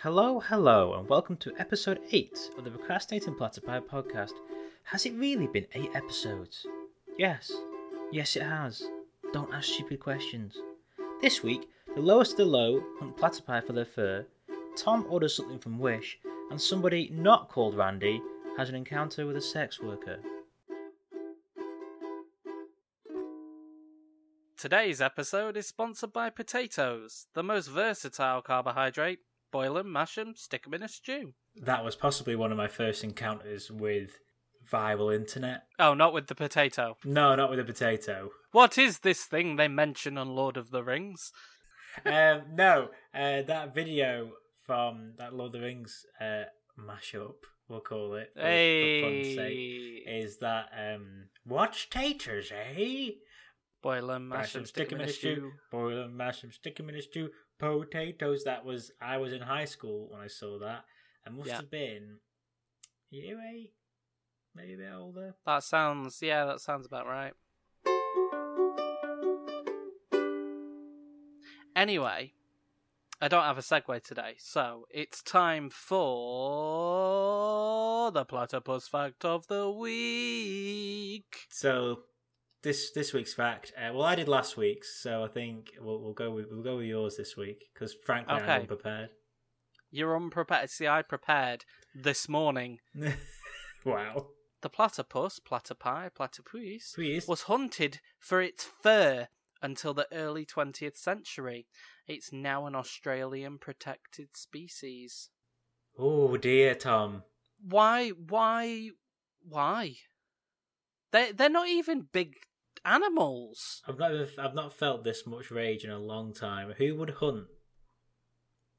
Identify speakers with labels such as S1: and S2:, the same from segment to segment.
S1: Hello, hello, and welcome to episode 8 of the Procrastinating Platypi podcast. Has it really been 8 episodes? Yes. Yes, it has. Don't ask stupid questions. This week, the lowest of the low hunt platypi for their fur, Tom orders something from Wish, and somebody not called Randy has an encounter with a sex worker.
S2: Today's episode is sponsored by potatoes, the most versatile carbohydrate. Boil 'em, mash 'em, stick 'em in a stew.
S1: That was possibly one of my first encounters with viral internet.
S2: Oh, not with the potato.
S1: No, not with a potato.
S2: What is this thing they mention on Lord of the Rings?
S1: um, no, uh, that video from that Lord of the Rings uh, mashup, we'll call it, Oh, for, for fun's sake,
S2: Hey,
S1: is that um, watch taters, eh?
S2: boil 'em, mash
S1: Mash
S2: 'em,
S1: them, stick
S2: stick
S1: 'em
S2: 'em in a stew.
S1: boil them, mash them, stick them in a stew. Potatoes. That was I was in high school when I saw that. I must
S2: Yeah.
S1: have been year eight, maybe a bit older.
S2: That sounds, yeah, that sounds about right. Anyway, I don't have a segue today, so it's time for the platypus fact of the week.
S1: So this this week's fact. Uh, well, I did last week's, so I think we'll, we'll go with we'll go with yours this week because frankly
S2: Okay.
S1: I'm unprepared.
S2: You're unprepared. See, I prepared this morning.
S1: wow.
S2: The platypus, platypi, platypus,
S1: Please.
S2: was hunted for its fur until the early 20th century. It's now an Australian protected species.
S1: Oh dear, Tom.
S2: Why? Why? Why? They they're not even big animals.
S1: I've not I've not felt this much rage in a long time. Who would hunt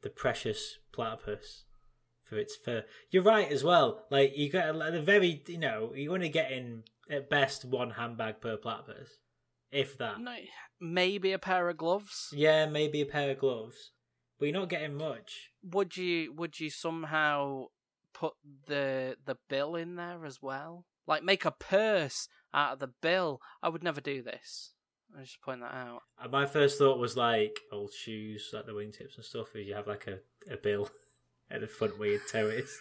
S1: the precious platypus for its fur? You're right as well. Like you got like, the very you know you're only getting at best one handbag per platypus, if that.
S2: No, maybe a pair of gloves.
S1: Yeah, maybe a pair of gloves, but you're not getting much.
S2: Would you would you somehow put the the bill in there as well? Like make a purse out of the bill. I would never do this. I just point that out.
S1: And Uh, my first thought was like old shoes, like the wingtips and stuff. Is you have like a, a bill at the front where your toe is.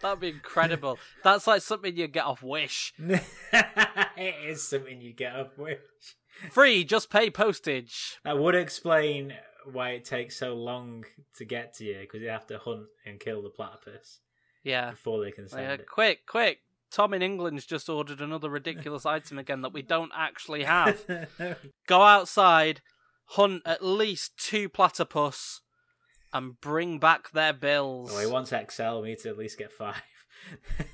S2: That'd be incredible. That's like something you get off Wish.
S1: it is something you get up with.
S2: Free, just pay postage.
S1: That would explain why it takes so long to get to you because they have to hunt and kill the platypus
S2: Yeah.
S1: before they can
S2: Like,
S1: send
S2: uh, quick, quick. Tom in England's just ordered another ridiculous item again that we don't actually have.
S1: it.
S2: Go outside, hunt at least two platypus, and bring back their bills.
S1: oh, he wants XL. We need to at least get five.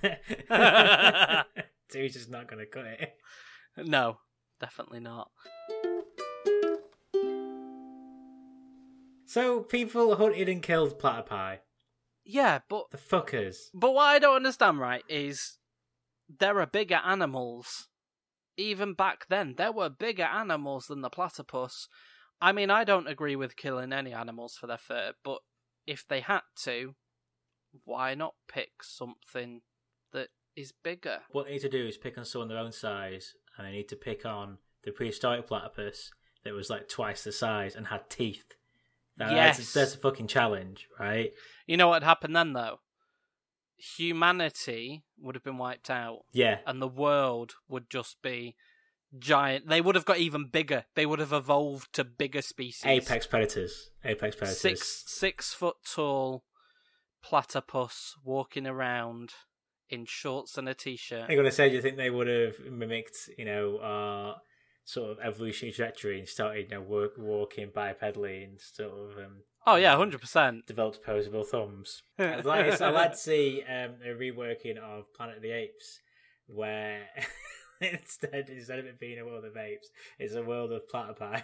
S1: Two's just not going to cut it.
S2: No, definitely not.
S1: So people hunted and killed platypi.
S2: Yeah, but
S1: The fuckers.
S2: but what I don't understand, right, is there are bigger animals. Even back then, there were bigger animals than the platypus. I mean, I don't agree with killing any animals for their fur, but if they had to, why not pick something that is bigger?
S1: What they need to do is pick on someone their own size, and they need to pick on the prehistoric platypus that was like twice the size and had teeth. Now,
S2: Yes.
S1: that's, that's a fucking challenge, right?
S2: You know what happened then, though? Humanity would have been wiped out.
S1: Yeah,
S2: and the world would just be giant. They would have got even bigger. They would have evolved to bigger species.
S1: apex predators. Apex predators.
S2: six six foot tall platypus walking around in shorts and a t-shirt.
S1: I'm gonna say, do you think they would have mimicked, you know, our sort of evolutionary trajectory and started, you know, work, walking bipedally and sort of um,
S2: Oh yeah, hundred percent.
S1: developed opposable thumbs? I'd like, I'd like to see um, a reworking of Planet of the Apes, where instead instead of it being a world of apes, it's a world of platypi.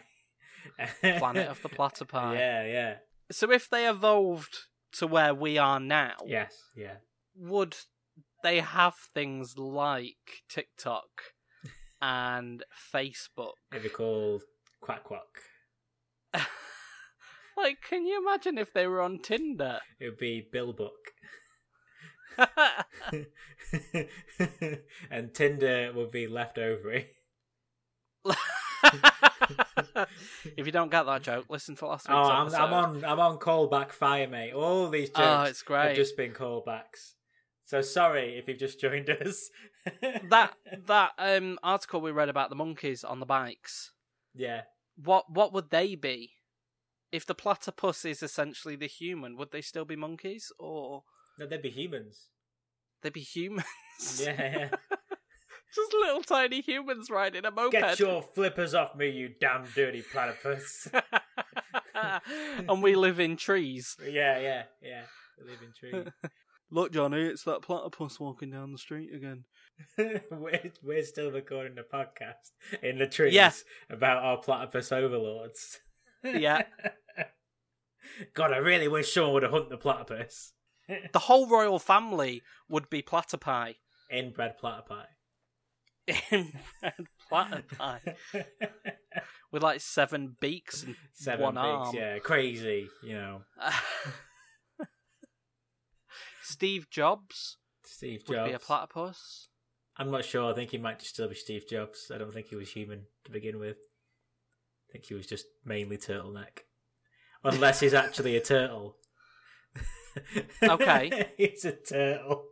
S2: Planet of the platypi.
S1: Yeah, yeah,
S2: So if they evolved to where we are now,
S1: yes, yeah.
S2: would they have things like TikTok and Facebook?
S1: It'd be called Quack Quack.
S2: like, can you imagine if they were on Tinder?
S1: It would be Bill Buck. and Tinder would be left ovary.
S2: if you don't get that joke, listen to last
S1: Oh,
S2: week's
S1: I'm,
S2: episode.
S1: I'm on. I'm on callback fire, mate. All these jokes
S2: Oh, it's
S1: have
S2: great.
S1: just been callbacks. So sorry if you've just joined us.
S2: That that um article we read about the monkeys on the bikes.
S1: yeah.
S2: What what would they be? If the platypus is essentially the human, would they still be monkeys or
S1: No, they'd be humans.
S2: they'd be humans?
S1: Yeah.
S2: Just little tiny humans riding a moped.
S1: Get your flippers off me, you damn dirty platypus.
S2: and we live in trees.
S1: yeah, yeah, yeah. They live in trees.
S2: Look, Johnny, it's that platypus walking down the street again.
S1: we're, we're still recording the podcast in the trees
S2: Yeah.
S1: about our platypus overlords.
S2: Yeah.
S1: God, I really wish someone would have hunted the platypus.
S2: The whole royal family would be platypi.
S1: Inbred platypi.
S2: Inbred platypi. With like seven beaks and
S1: Seven
S2: one
S1: pigs,
S2: arm.
S1: yeah, crazy, you know.
S2: Steve Jobs
S1: Steve
S2: would
S1: Jobs.
S2: be a platypus.
S1: I'm not sure. I think he might just still be Steve Jobs. I don't think he was human to begin with. I think he was just mainly turtleneck, unless he's actually a turtle.
S2: Okay.
S1: he's a turtle.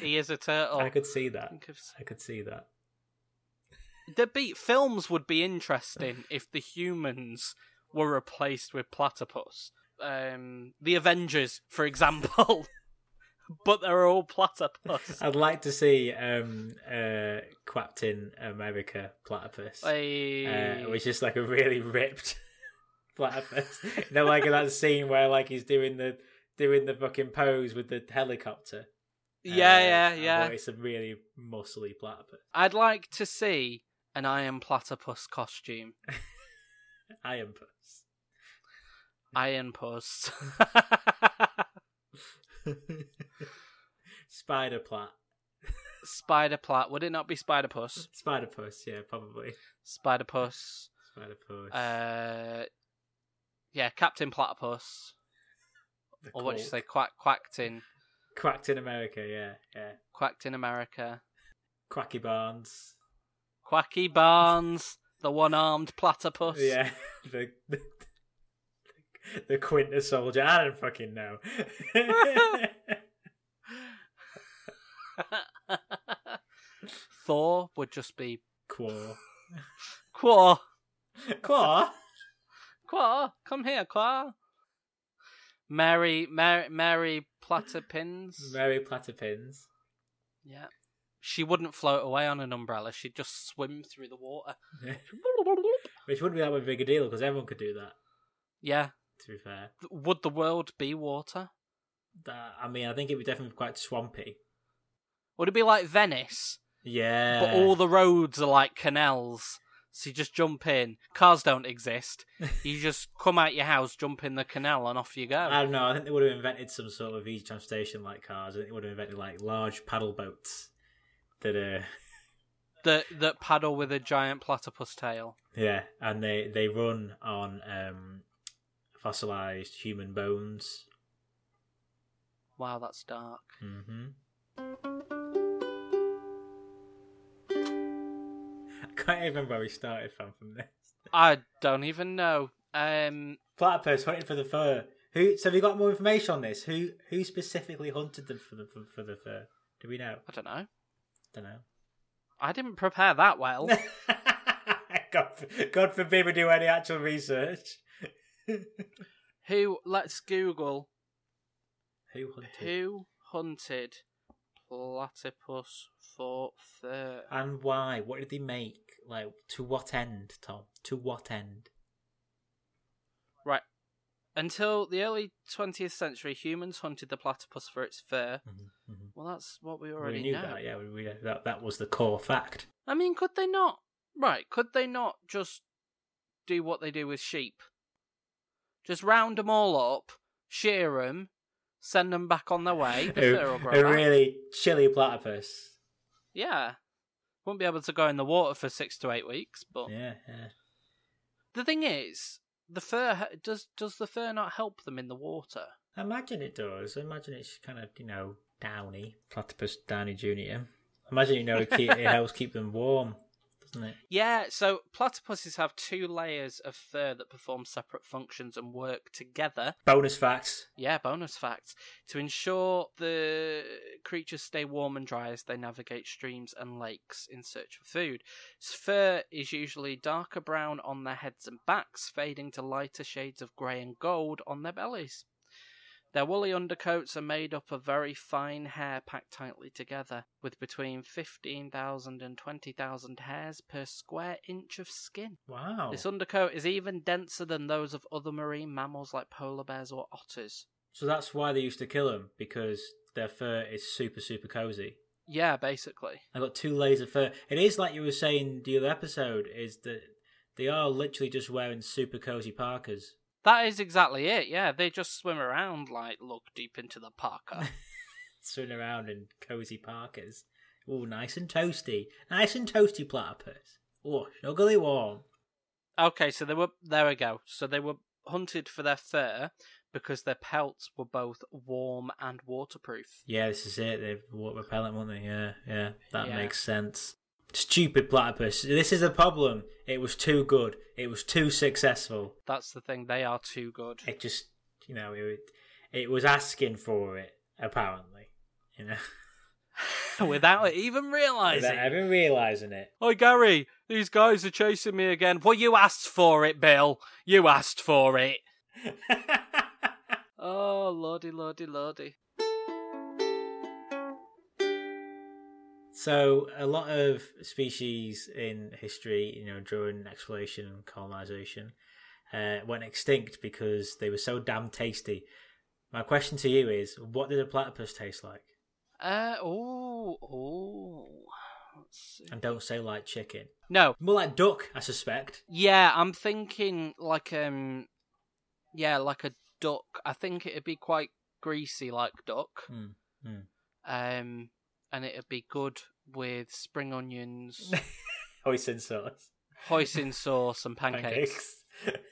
S2: He is a turtle.
S1: I could see that.
S2: Think of-
S1: I could see that.
S2: The beat films would be interesting if the humans were replaced with platypus. Um, the Avengers, for example, but they're all platypus.
S1: I'd like to see um, uh, Captain America platypus,
S2: Hey.
S1: uh, which is like a really ripped platypus. no, like in that scene where like he's doing the doing the fucking pose with the helicopter. Uh,
S2: yeah, yeah,
S1: uh,
S2: yeah.
S1: But it's a really muscly platypus.
S2: I'd like to see an Iron Platypus costume.
S1: Iron puss.
S2: Iron Puss.
S1: Spider plat.
S2: Spider Plat. Would it not be Spider Puss?
S1: Spider puss, yeah, probably.
S2: Spider Puss.
S1: Spider puss.
S2: Uh, yeah, Captain Platypus.
S1: The
S2: Or what do you
S1: Quack.
S2: say? Quack, Quacktin.
S1: Quacked in America, yeah, yeah.
S2: Quacked in America.
S1: Quacky Barnes.
S2: Quacky Barnes, the one armed platypus.
S1: Yeah. The, the the Quinter soldier. I don't fucking know.
S2: Thor would just be
S1: Quaw.
S2: Quaw.
S1: Quaw?
S2: Quaw, come here, Quaw. Mary, Mary, Mary Platypins.
S1: Mary Platypins.
S2: yeah. She wouldn't float away on an umbrella. She'd just swim through the water.
S1: Which wouldn't be that much big a deal because everyone could do that,
S2: yeah.
S1: to be fair.
S2: Th- Would the world be water?
S1: That, I mean, I think it would definitely be quite swampy.
S2: Would it be like Venice?
S1: Yeah.
S2: but all the roads are like canals. So you just jump in. Cars don't exist. You just come out your house, jump in the canal, and off you go.
S1: I don't know. I think they would have invented some sort of easy transportation like cars. I think they would have invented like large paddle boats that uh
S2: That that paddle with a giant platypus tail.
S1: yeah, and they they run on um fossilized human bones.
S2: Wow, that's dark.
S1: Mm-hmm. I can't even remember where we started from from this.
S2: I don't even know. Um,
S1: Platypus hunting for the fur. Who? So have you got more information on this? Who who specifically hunted them for the for, for the fur? Do we know?
S2: I don't know.
S1: don't know.
S2: I didn't prepare that well.
S1: God, God forbid we do any actual research.
S2: Who? Let's Google
S1: Who hunted?
S2: who hunted platypus for fur.
S1: And why? What did they make? Like, to what end, Tom? To what end?
S2: Right. Until the early 20th century, humans hunted the platypus for its fur. Well, that's what we already
S1: we knew
S2: know.
S1: that, yeah. We, we, that, that was the core fact.
S2: I mean, could they not? Right, could they not just do what they do with sheep? Just round them all up, shear them, send them back on their way. The
S1: A,
S2: fur will grow
S1: a
S2: back.
S1: really chilly platypus.
S2: Yeah. Won't be able to go in the water for six to eight weeks, but
S1: Yeah, yeah.
S2: the thing is, the fur ha- does does the fur not help them in the water?
S1: I imagine it does. I imagine it's kind of, you know, downy. Platypus Downy Jr. I imagine, you know, it, keep, it helps keep them warm. isn't it?
S2: Yeah, so platypuses have two layers of fur that perform separate functions and work together.
S1: Bonus facts.
S2: Yeah, bonus facts. To ensure the creatures stay warm and dry as they navigate streams and lakes in search of food. S- Fur is usually darker brown on their heads and backs, fading to lighter shades of grey and gold on their bellies. Their woolly undercoats are made up of very fine hair packed tightly together, with between 15,000 and 20,000 hairs per square inch of skin.
S1: Wow.
S2: This undercoat is even denser than those of other marine mammals like polar bears or otters.
S1: So that's why they used to kill them because their fur is super super cozy.
S2: Yeah, basically.
S1: I got two layers of fur. It is like you were saying the other episode is that they are literally just wearing super cozy parkas.
S2: That is exactly it. Yeah, they just swim around like look deep into the parka.
S1: swimming around in cozy parkas. Ooh, nice and toasty. Nice and toasty platypus. Oh, snuggly warm.
S2: okay, so they were there we go. So they were hunted for their fur because their pelts were both warm and waterproof.
S1: Yeah, this is it. They're water repellent, weren't they? Yeah, yeah. That
S2: Yeah.
S1: makes sense. Stupid platypus. This is a problem. It was too good. It was too successful.
S2: That's the thing, they are too good.
S1: It just, you know, it, it was asking for it, apparently. You know,
S2: Without it even realising.
S1: without even realising it.
S2: Oh Gary, these guys are chasing me again. Well you asked for it, Bill. You asked for it. Oh, lordy, lordy, lordy.
S1: So a lot of species in history, you know, during exploration and colonization, uh, went extinct because they were so damn tasty. My question to you is, what did a platypus taste like?
S2: Uh, oh, oh. Let's see.
S1: And don't say like chicken.
S2: No,
S1: More like duck, I suspect.
S2: yeah, I'm thinking like um, yeah, like a duck. I think it'd be quite greasy, like duck.
S1: Hmm.
S2: Um, and it'd be good with spring onions,
S1: Hoisin sauce.
S2: hoisin sauce, and pancakes.
S1: Pancakes.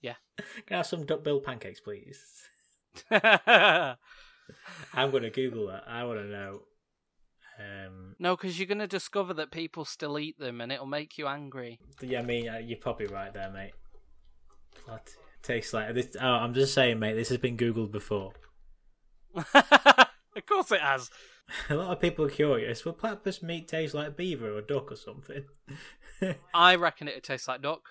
S2: Yeah.
S1: Can I have some duck billed pancakes, please? I'm going to Google that. I want to know. Um,
S2: no, because you're gonna discover that people still eat them, and it'll make you angry.
S1: Yeah, I mean, uh, you're probably right there, mate. Plat- tastes like this. Oh, I'm just saying, mate. This has been googled before.
S2: of course, it has.
S1: A lot of people are curious. Will platypus meat taste like beaver or duck or something?
S2: I reckon it'd taste like duck.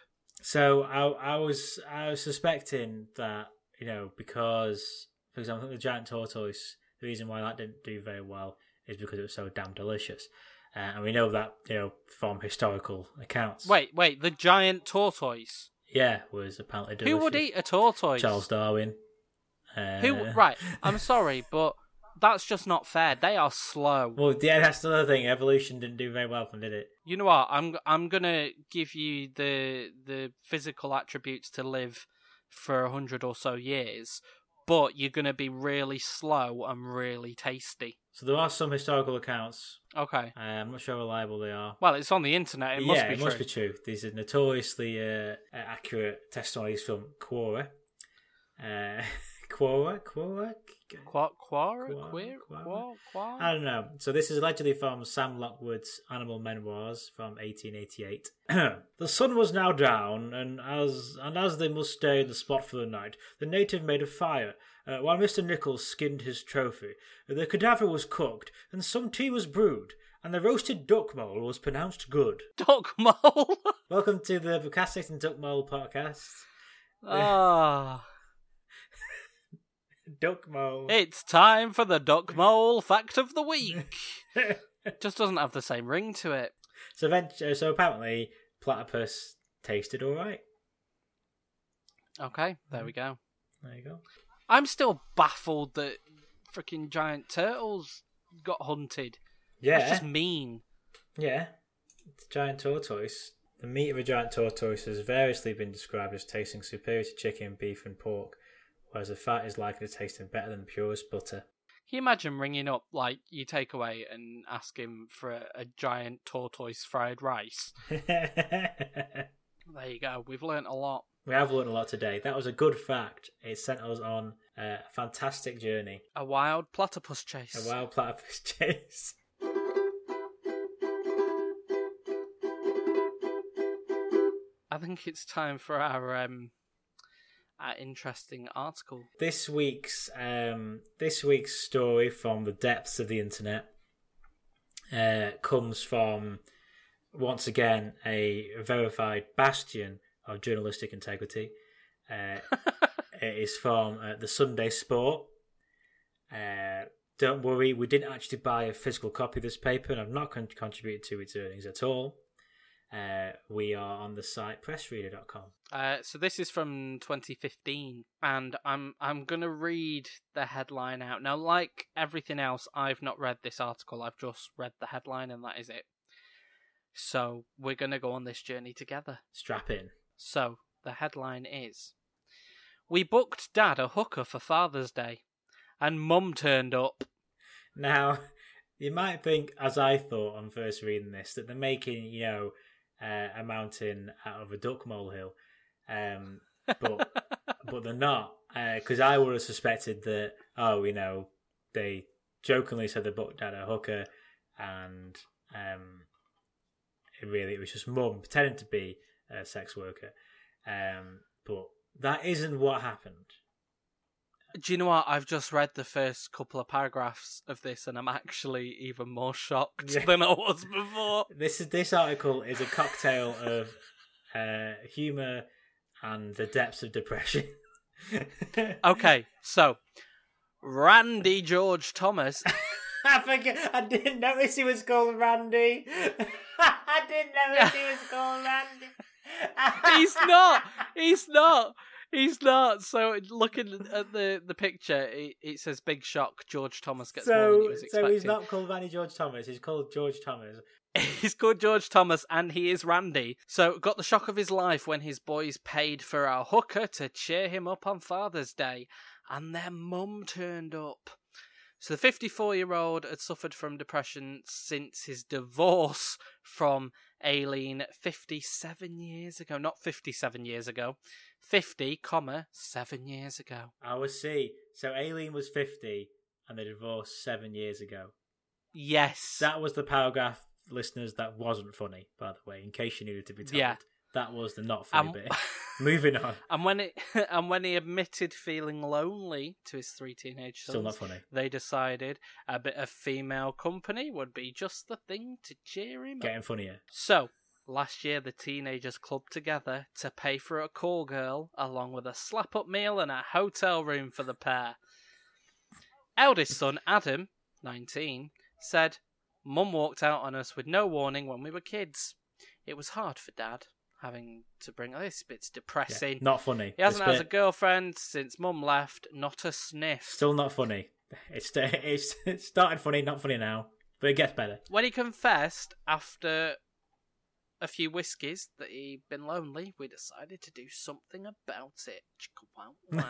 S1: so I, I was, I was suspecting that you know because, for example, I think the giant tortoise. The reason why that didn't do very well is because it was so damn delicious, uh, and we know that you know from historical accounts.
S2: Wait, wait, the giant tortoise.
S1: yeah, was apparently delicious.
S2: Who would eat a tortoise?
S1: Charles Darwin? Uh,
S2: Who? Right. I'm sorry, but that's just not fair. They are slow.
S1: Well, yeah, that's the other thing. Evolution didn't do very well, from did it?
S2: You know what? I'm I'm gonna give you the the physical attributes to live for a hundred or so years, but you're gonna be really slow and really tasty.
S1: So there are some historical accounts.
S2: Okay.
S1: Uh, I'm not sure how reliable they are.
S2: Well, it's on the internet. It must
S1: yeah,
S2: be
S1: it
S2: true.
S1: must be true. These are notoriously uh, accurate testimonies from Quora. Uh, Quora, Quora,
S2: Qua, quara,
S1: Quara,
S2: queer,
S1: quara.
S2: qua, qua?
S1: I don't know. So this is allegedly from Sam Lockwood's Animal Memoirs from 1888. the sun was now down, and as and as they must stay in the spot for the night, the native made a fire. Uh, while Mr. Nichols skinned his trophy, the cadaver was cooked, and some tea was brewed, and the roasted duck mole was pronounced good.
S2: Duck mole.
S1: Welcome to the Bucastics and Duck Mole podcast.
S2: Ah.
S1: Duck mole.
S2: It's time for the duck mole fact of the week. Just doesn't have the same ring to it.
S1: so, eventually, so apparently, platypus tasted all right.
S2: Okay, there we go.
S1: There you go.
S2: I'm still baffled that freaking giant turtles got hunted.
S1: Yeah.
S2: That's just mean.
S1: Yeah, it's a giant tortoise. The meat of a giant tortoise has variously been described as tasting superior to chicken, beef, and pork, whereas the fat is likely to taste better than purest butter.
S2: Can you imagine ringing up like your takeaway and asking for a, a giant tortoise fried rice?
S1: we
S2: There you go. We've learnt a lot.
S1: have learned a lot today. That was a good fact. It sent us on a fantastic journey,
S2: A wild platypus chase.
S1: a wild platypus chase.
S2: think it's time for our um, our interesting article.
S1: This week's um, this week's story from the depths of the internet uh, comes from once again a verified bastion of journalistic integrity. Uh, it is from uh, the Sunday Sport. Uh, don't worry, we didn't actually buy a physical copy of this paper, and I've not con- contributed to its earnings at all. Uh, we are on the site pressreader.com.
S2: Uh, so this is from 2015, and I'm I'm gonna read the headline out now. Like everything else, I've not read this article. I've just read the headline, and that is it. So we're gonna go on this journey together.
S1: Strap in.
S2: So the headline is: We booked Dad a hooker for Father's Day, and Mum turned up.
S1: Now, you might think, as I thought on first reading this, that they're making, you know, uh, a mountain out of a duck molehill. Um, but but they're not. Because I would have suspected that, oh, you know, they jokingly said they booked out a hooker and um, it really, it was just mum pretending to be a sex worker. Um, but that isn't what happened.
S2: Do you know what? I've just read the first couple of paragraphs of this, and I'm actually even more shocked
S1: Yeah.
S2: than I was before.
S1: This is this article is a cocktail of uh, humor and the depths of depression.
S2: Okay, so Randy George Thomas.
S1: I forget. I didn't notice he was called Randy. I didn't notice he was called Randy.
S2: He's not. He's not. He's not. So looking at the the picture, it, it says big shock. George Thomas gets more than he
S1: so
S2: was expecting.
S1: so he's not called Randy George Thomas. He's called George Thomas.
S2: He's called George Thomas and he is Randy. So, got the shock of his life when his boys paid for our hooker to cheer him up on Father's Day and their mum turned up. So, the 54 year old had suffered from depression since his divorce from Aileen 57 years ago. Not 57 years ago, 50, comma, 7 years ago.
S1: I will see. So Aileen was fifty, and they divorced seven years ago.
S2: Yes.
S1: That was the paragraph, listeners. That wasn't funny, by the way. In case you needed to be told,
S2: Yeah.
S1: that was the not funny
S2: Um,
S1: bit. Moving on.
S2: And when it and when he admitted feeling lonely to his three teenage sons,
S1: Still not funny.
S2: they decided a bit of female company would be just the thing to cheer him up.
S1: Getting funnier.
S2: So, last year the teenagers clubbed together to pay for a call girl, along with a slap up meal and a hotel room for the pair. Eldest son, Adam, 19, said, Mum walked out on us with no warning when we were kids. It was hard for Dad having to bring Oh, this. It's
S1: Yeah,
S2: depressing.
S1: Not funny.
S2: He hasn't
S1: This
S2: had a
S1: bit,
S2: girlfriend since mum left, not a sniff.
S1: Still not funny. It's it's it started funny, not funny now, but it gets better.
S2: when he confessed after a few whiskies that he'd been lonely, we decided to do something about it. Chicka Wow, wow.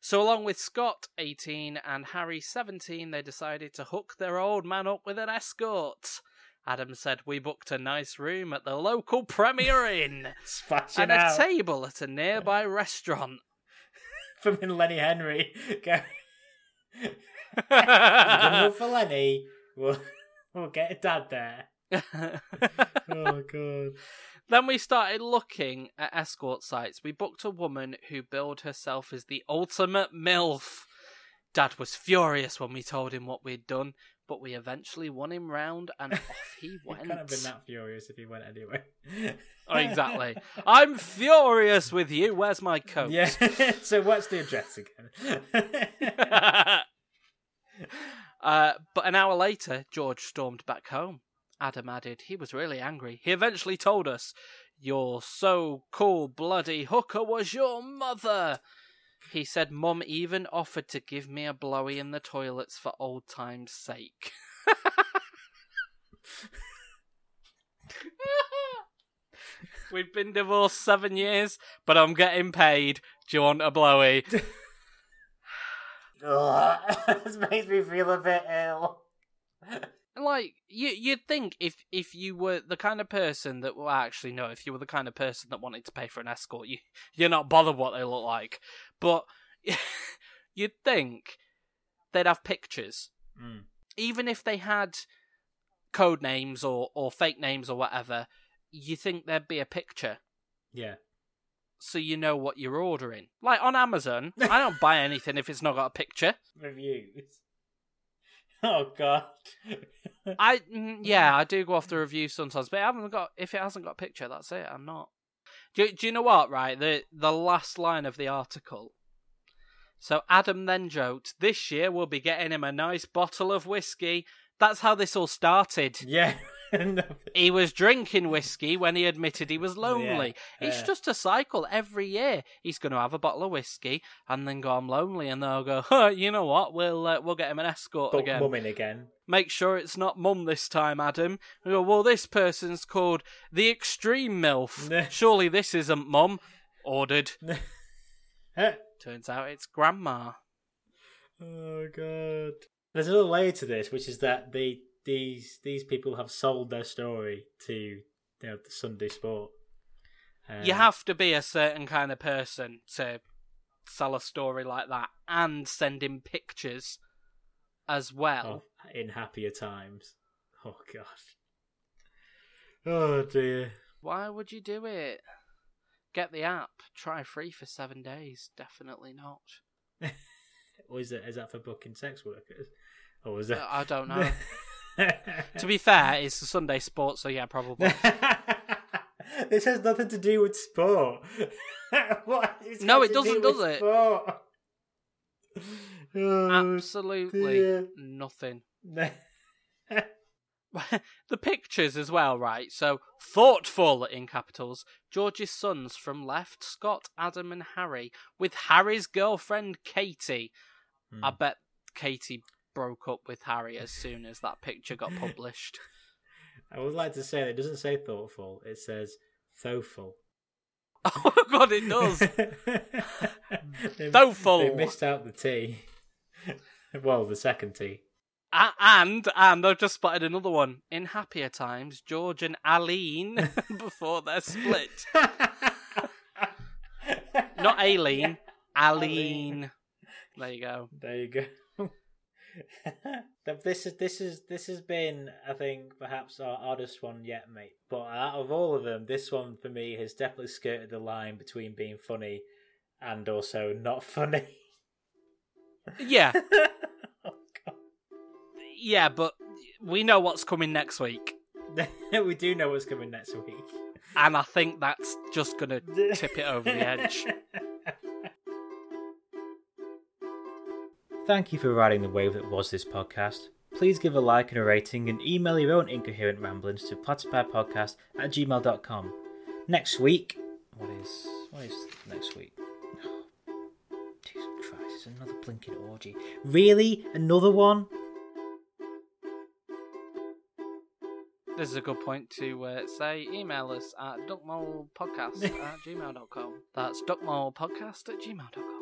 S2: so, along with Scott, 18, and Harry, 17, they decided to hook their old man up with an escort. Adam said, We booked a nice room at the local Premier Inn
S1: Splashing
S2: and
S1: out
S2: a table at a nearby restaurant.
S1: from Lenny Henry. Go. Love for Lenny. We'll, we'll get dad there. Oh god.
S2: Then we started looking at escort sites. We booked a woman who billed herself as the ultimate MILF. Dad was furious when we told him what we'd done, but we eventually won him round and off he
S1: He
S2: went.
S1: couldn't have been that furious if he went anyway.
S2: Oh, exactly. I'm furious with you. Where's my coat?
S1: Yeah. so what's the address again?
S2: uh, but an hour later, George stormed back home. Adam added he was really angry. He eventually told us, Your so cool bloody hooker was your mother. He said, Mum even offered to give me a blowy in the toilets for old time's sake. We've been divorced seven years, but I'm getting paid. Do you want a blowy?
S1: Ugh, Oh, this makes me feel a bit ill.
S2: like you you'd think if if you were the kind of person that well actually no if you were the kind of person that wanted to pay for an escort you you're not bothered what they look like but you'd think they'd have pictures
S1: Mm.
S2: even if they had code names or or fake names or whatever you think there'd be a picture
S1: Yeah.
S2: so you know what you're ordering. Like on Amazon, I don't buy anything if it's not got a picture.
S1: Reviews. Oh god.
S2: I mm, yeah, I do go off the review sometimes, but I haven't got if it hasn't got a picture, that's it. I'm not. Do, do you know what? Right, the the last line of the article. So Adam then joked, "This year we'll be getting him a nice bottle of whiskey." That's how this all started.
S1: yeah. No.
S2: He was drinking whiskey when he admitted he was lonely.
S1: Yeah,
S2: it's
S1: yeah.
S2: just a cycle. Every year, he's going to have a bottle of whiskey and then go, "I'm lonely," and they'll go, huh, "You know what? We'll uh, we'll get him an escort
S1: But
S2: again.
S1: mumming again.
S2: Make sure it's not mum this time, Adam." We go, "Well, this person's called the extreme
S1: Nah.
S2: milf. Surely this isn't mum." Ordered.
S1: Heh.
S2: Turns out it's grandma.
S1: Oh god. There's another layer to this, which is that they these these people have sold their story to you know the Sunday Sport. Um,
S2: you have to be a certain kind of person to sell a story like that and send in pictures as well.
S1: of- in happier times. Oh god. Oh dear.
S2: Why would you do it? Get the app. Try free for seven days. Definitely not.
S1: Or is that is that for booking sex workers? Or is that
S2: I don't know. to be fair, it's a Sunday sport, so yeah, probably.
S1: this has nothing to do with sport. What? It's
S2: No,
S1: got
S2: it
S1: to
S2: doesn't,
S1: do with
S2: does it?
S1: Sport. Oh,
S2: Absolutely
S1: dear.
S2: nothing.
S1: no.
S2: the pictures as well, right? So thoughtful in capitals. George's sons from left, Scott, Adam, and Harry, with Harry's girlfriend Katie. I bet Katie broke up with Harry as soon as that picture got published.
S1: I would like to say that it doesn't say thoughtful, it says thoughtful.
S2: oh god, it does.
S1: They-
S2: Thoughtful.
S1: They missed out the T. well, the second T.
S2: A- and and I've just spotted another one. In happier times, George and Aline before they're split. Not Aileen, Aline. There you go.
S1: There you go. That- this is this is this has been, I think, perhaps our oddest one yet, mate. But out of all of them, this one for me has definitely skirted the line between being funny and also not funny.
S2: Yeah,
S1: oh,
S2: yeah, but we know what's coming next week,
S1: God. we do know what's coming next week.
S2: and I think that's just gonna tip it over the edge.
S3: Thank you for riding the wave that was this podcast. Please give a like and a rating and email your own incoherent ramblings to platypodcast at gmail.com. Next week. What is. What is next week? Oh, Jesus Christ, it's another blinking orgy. Really? Another one?
S2: This is a good point to uh, say. Email us at duckmolepodcast at gmail.com. That's duckmolepodcast at gmail.com.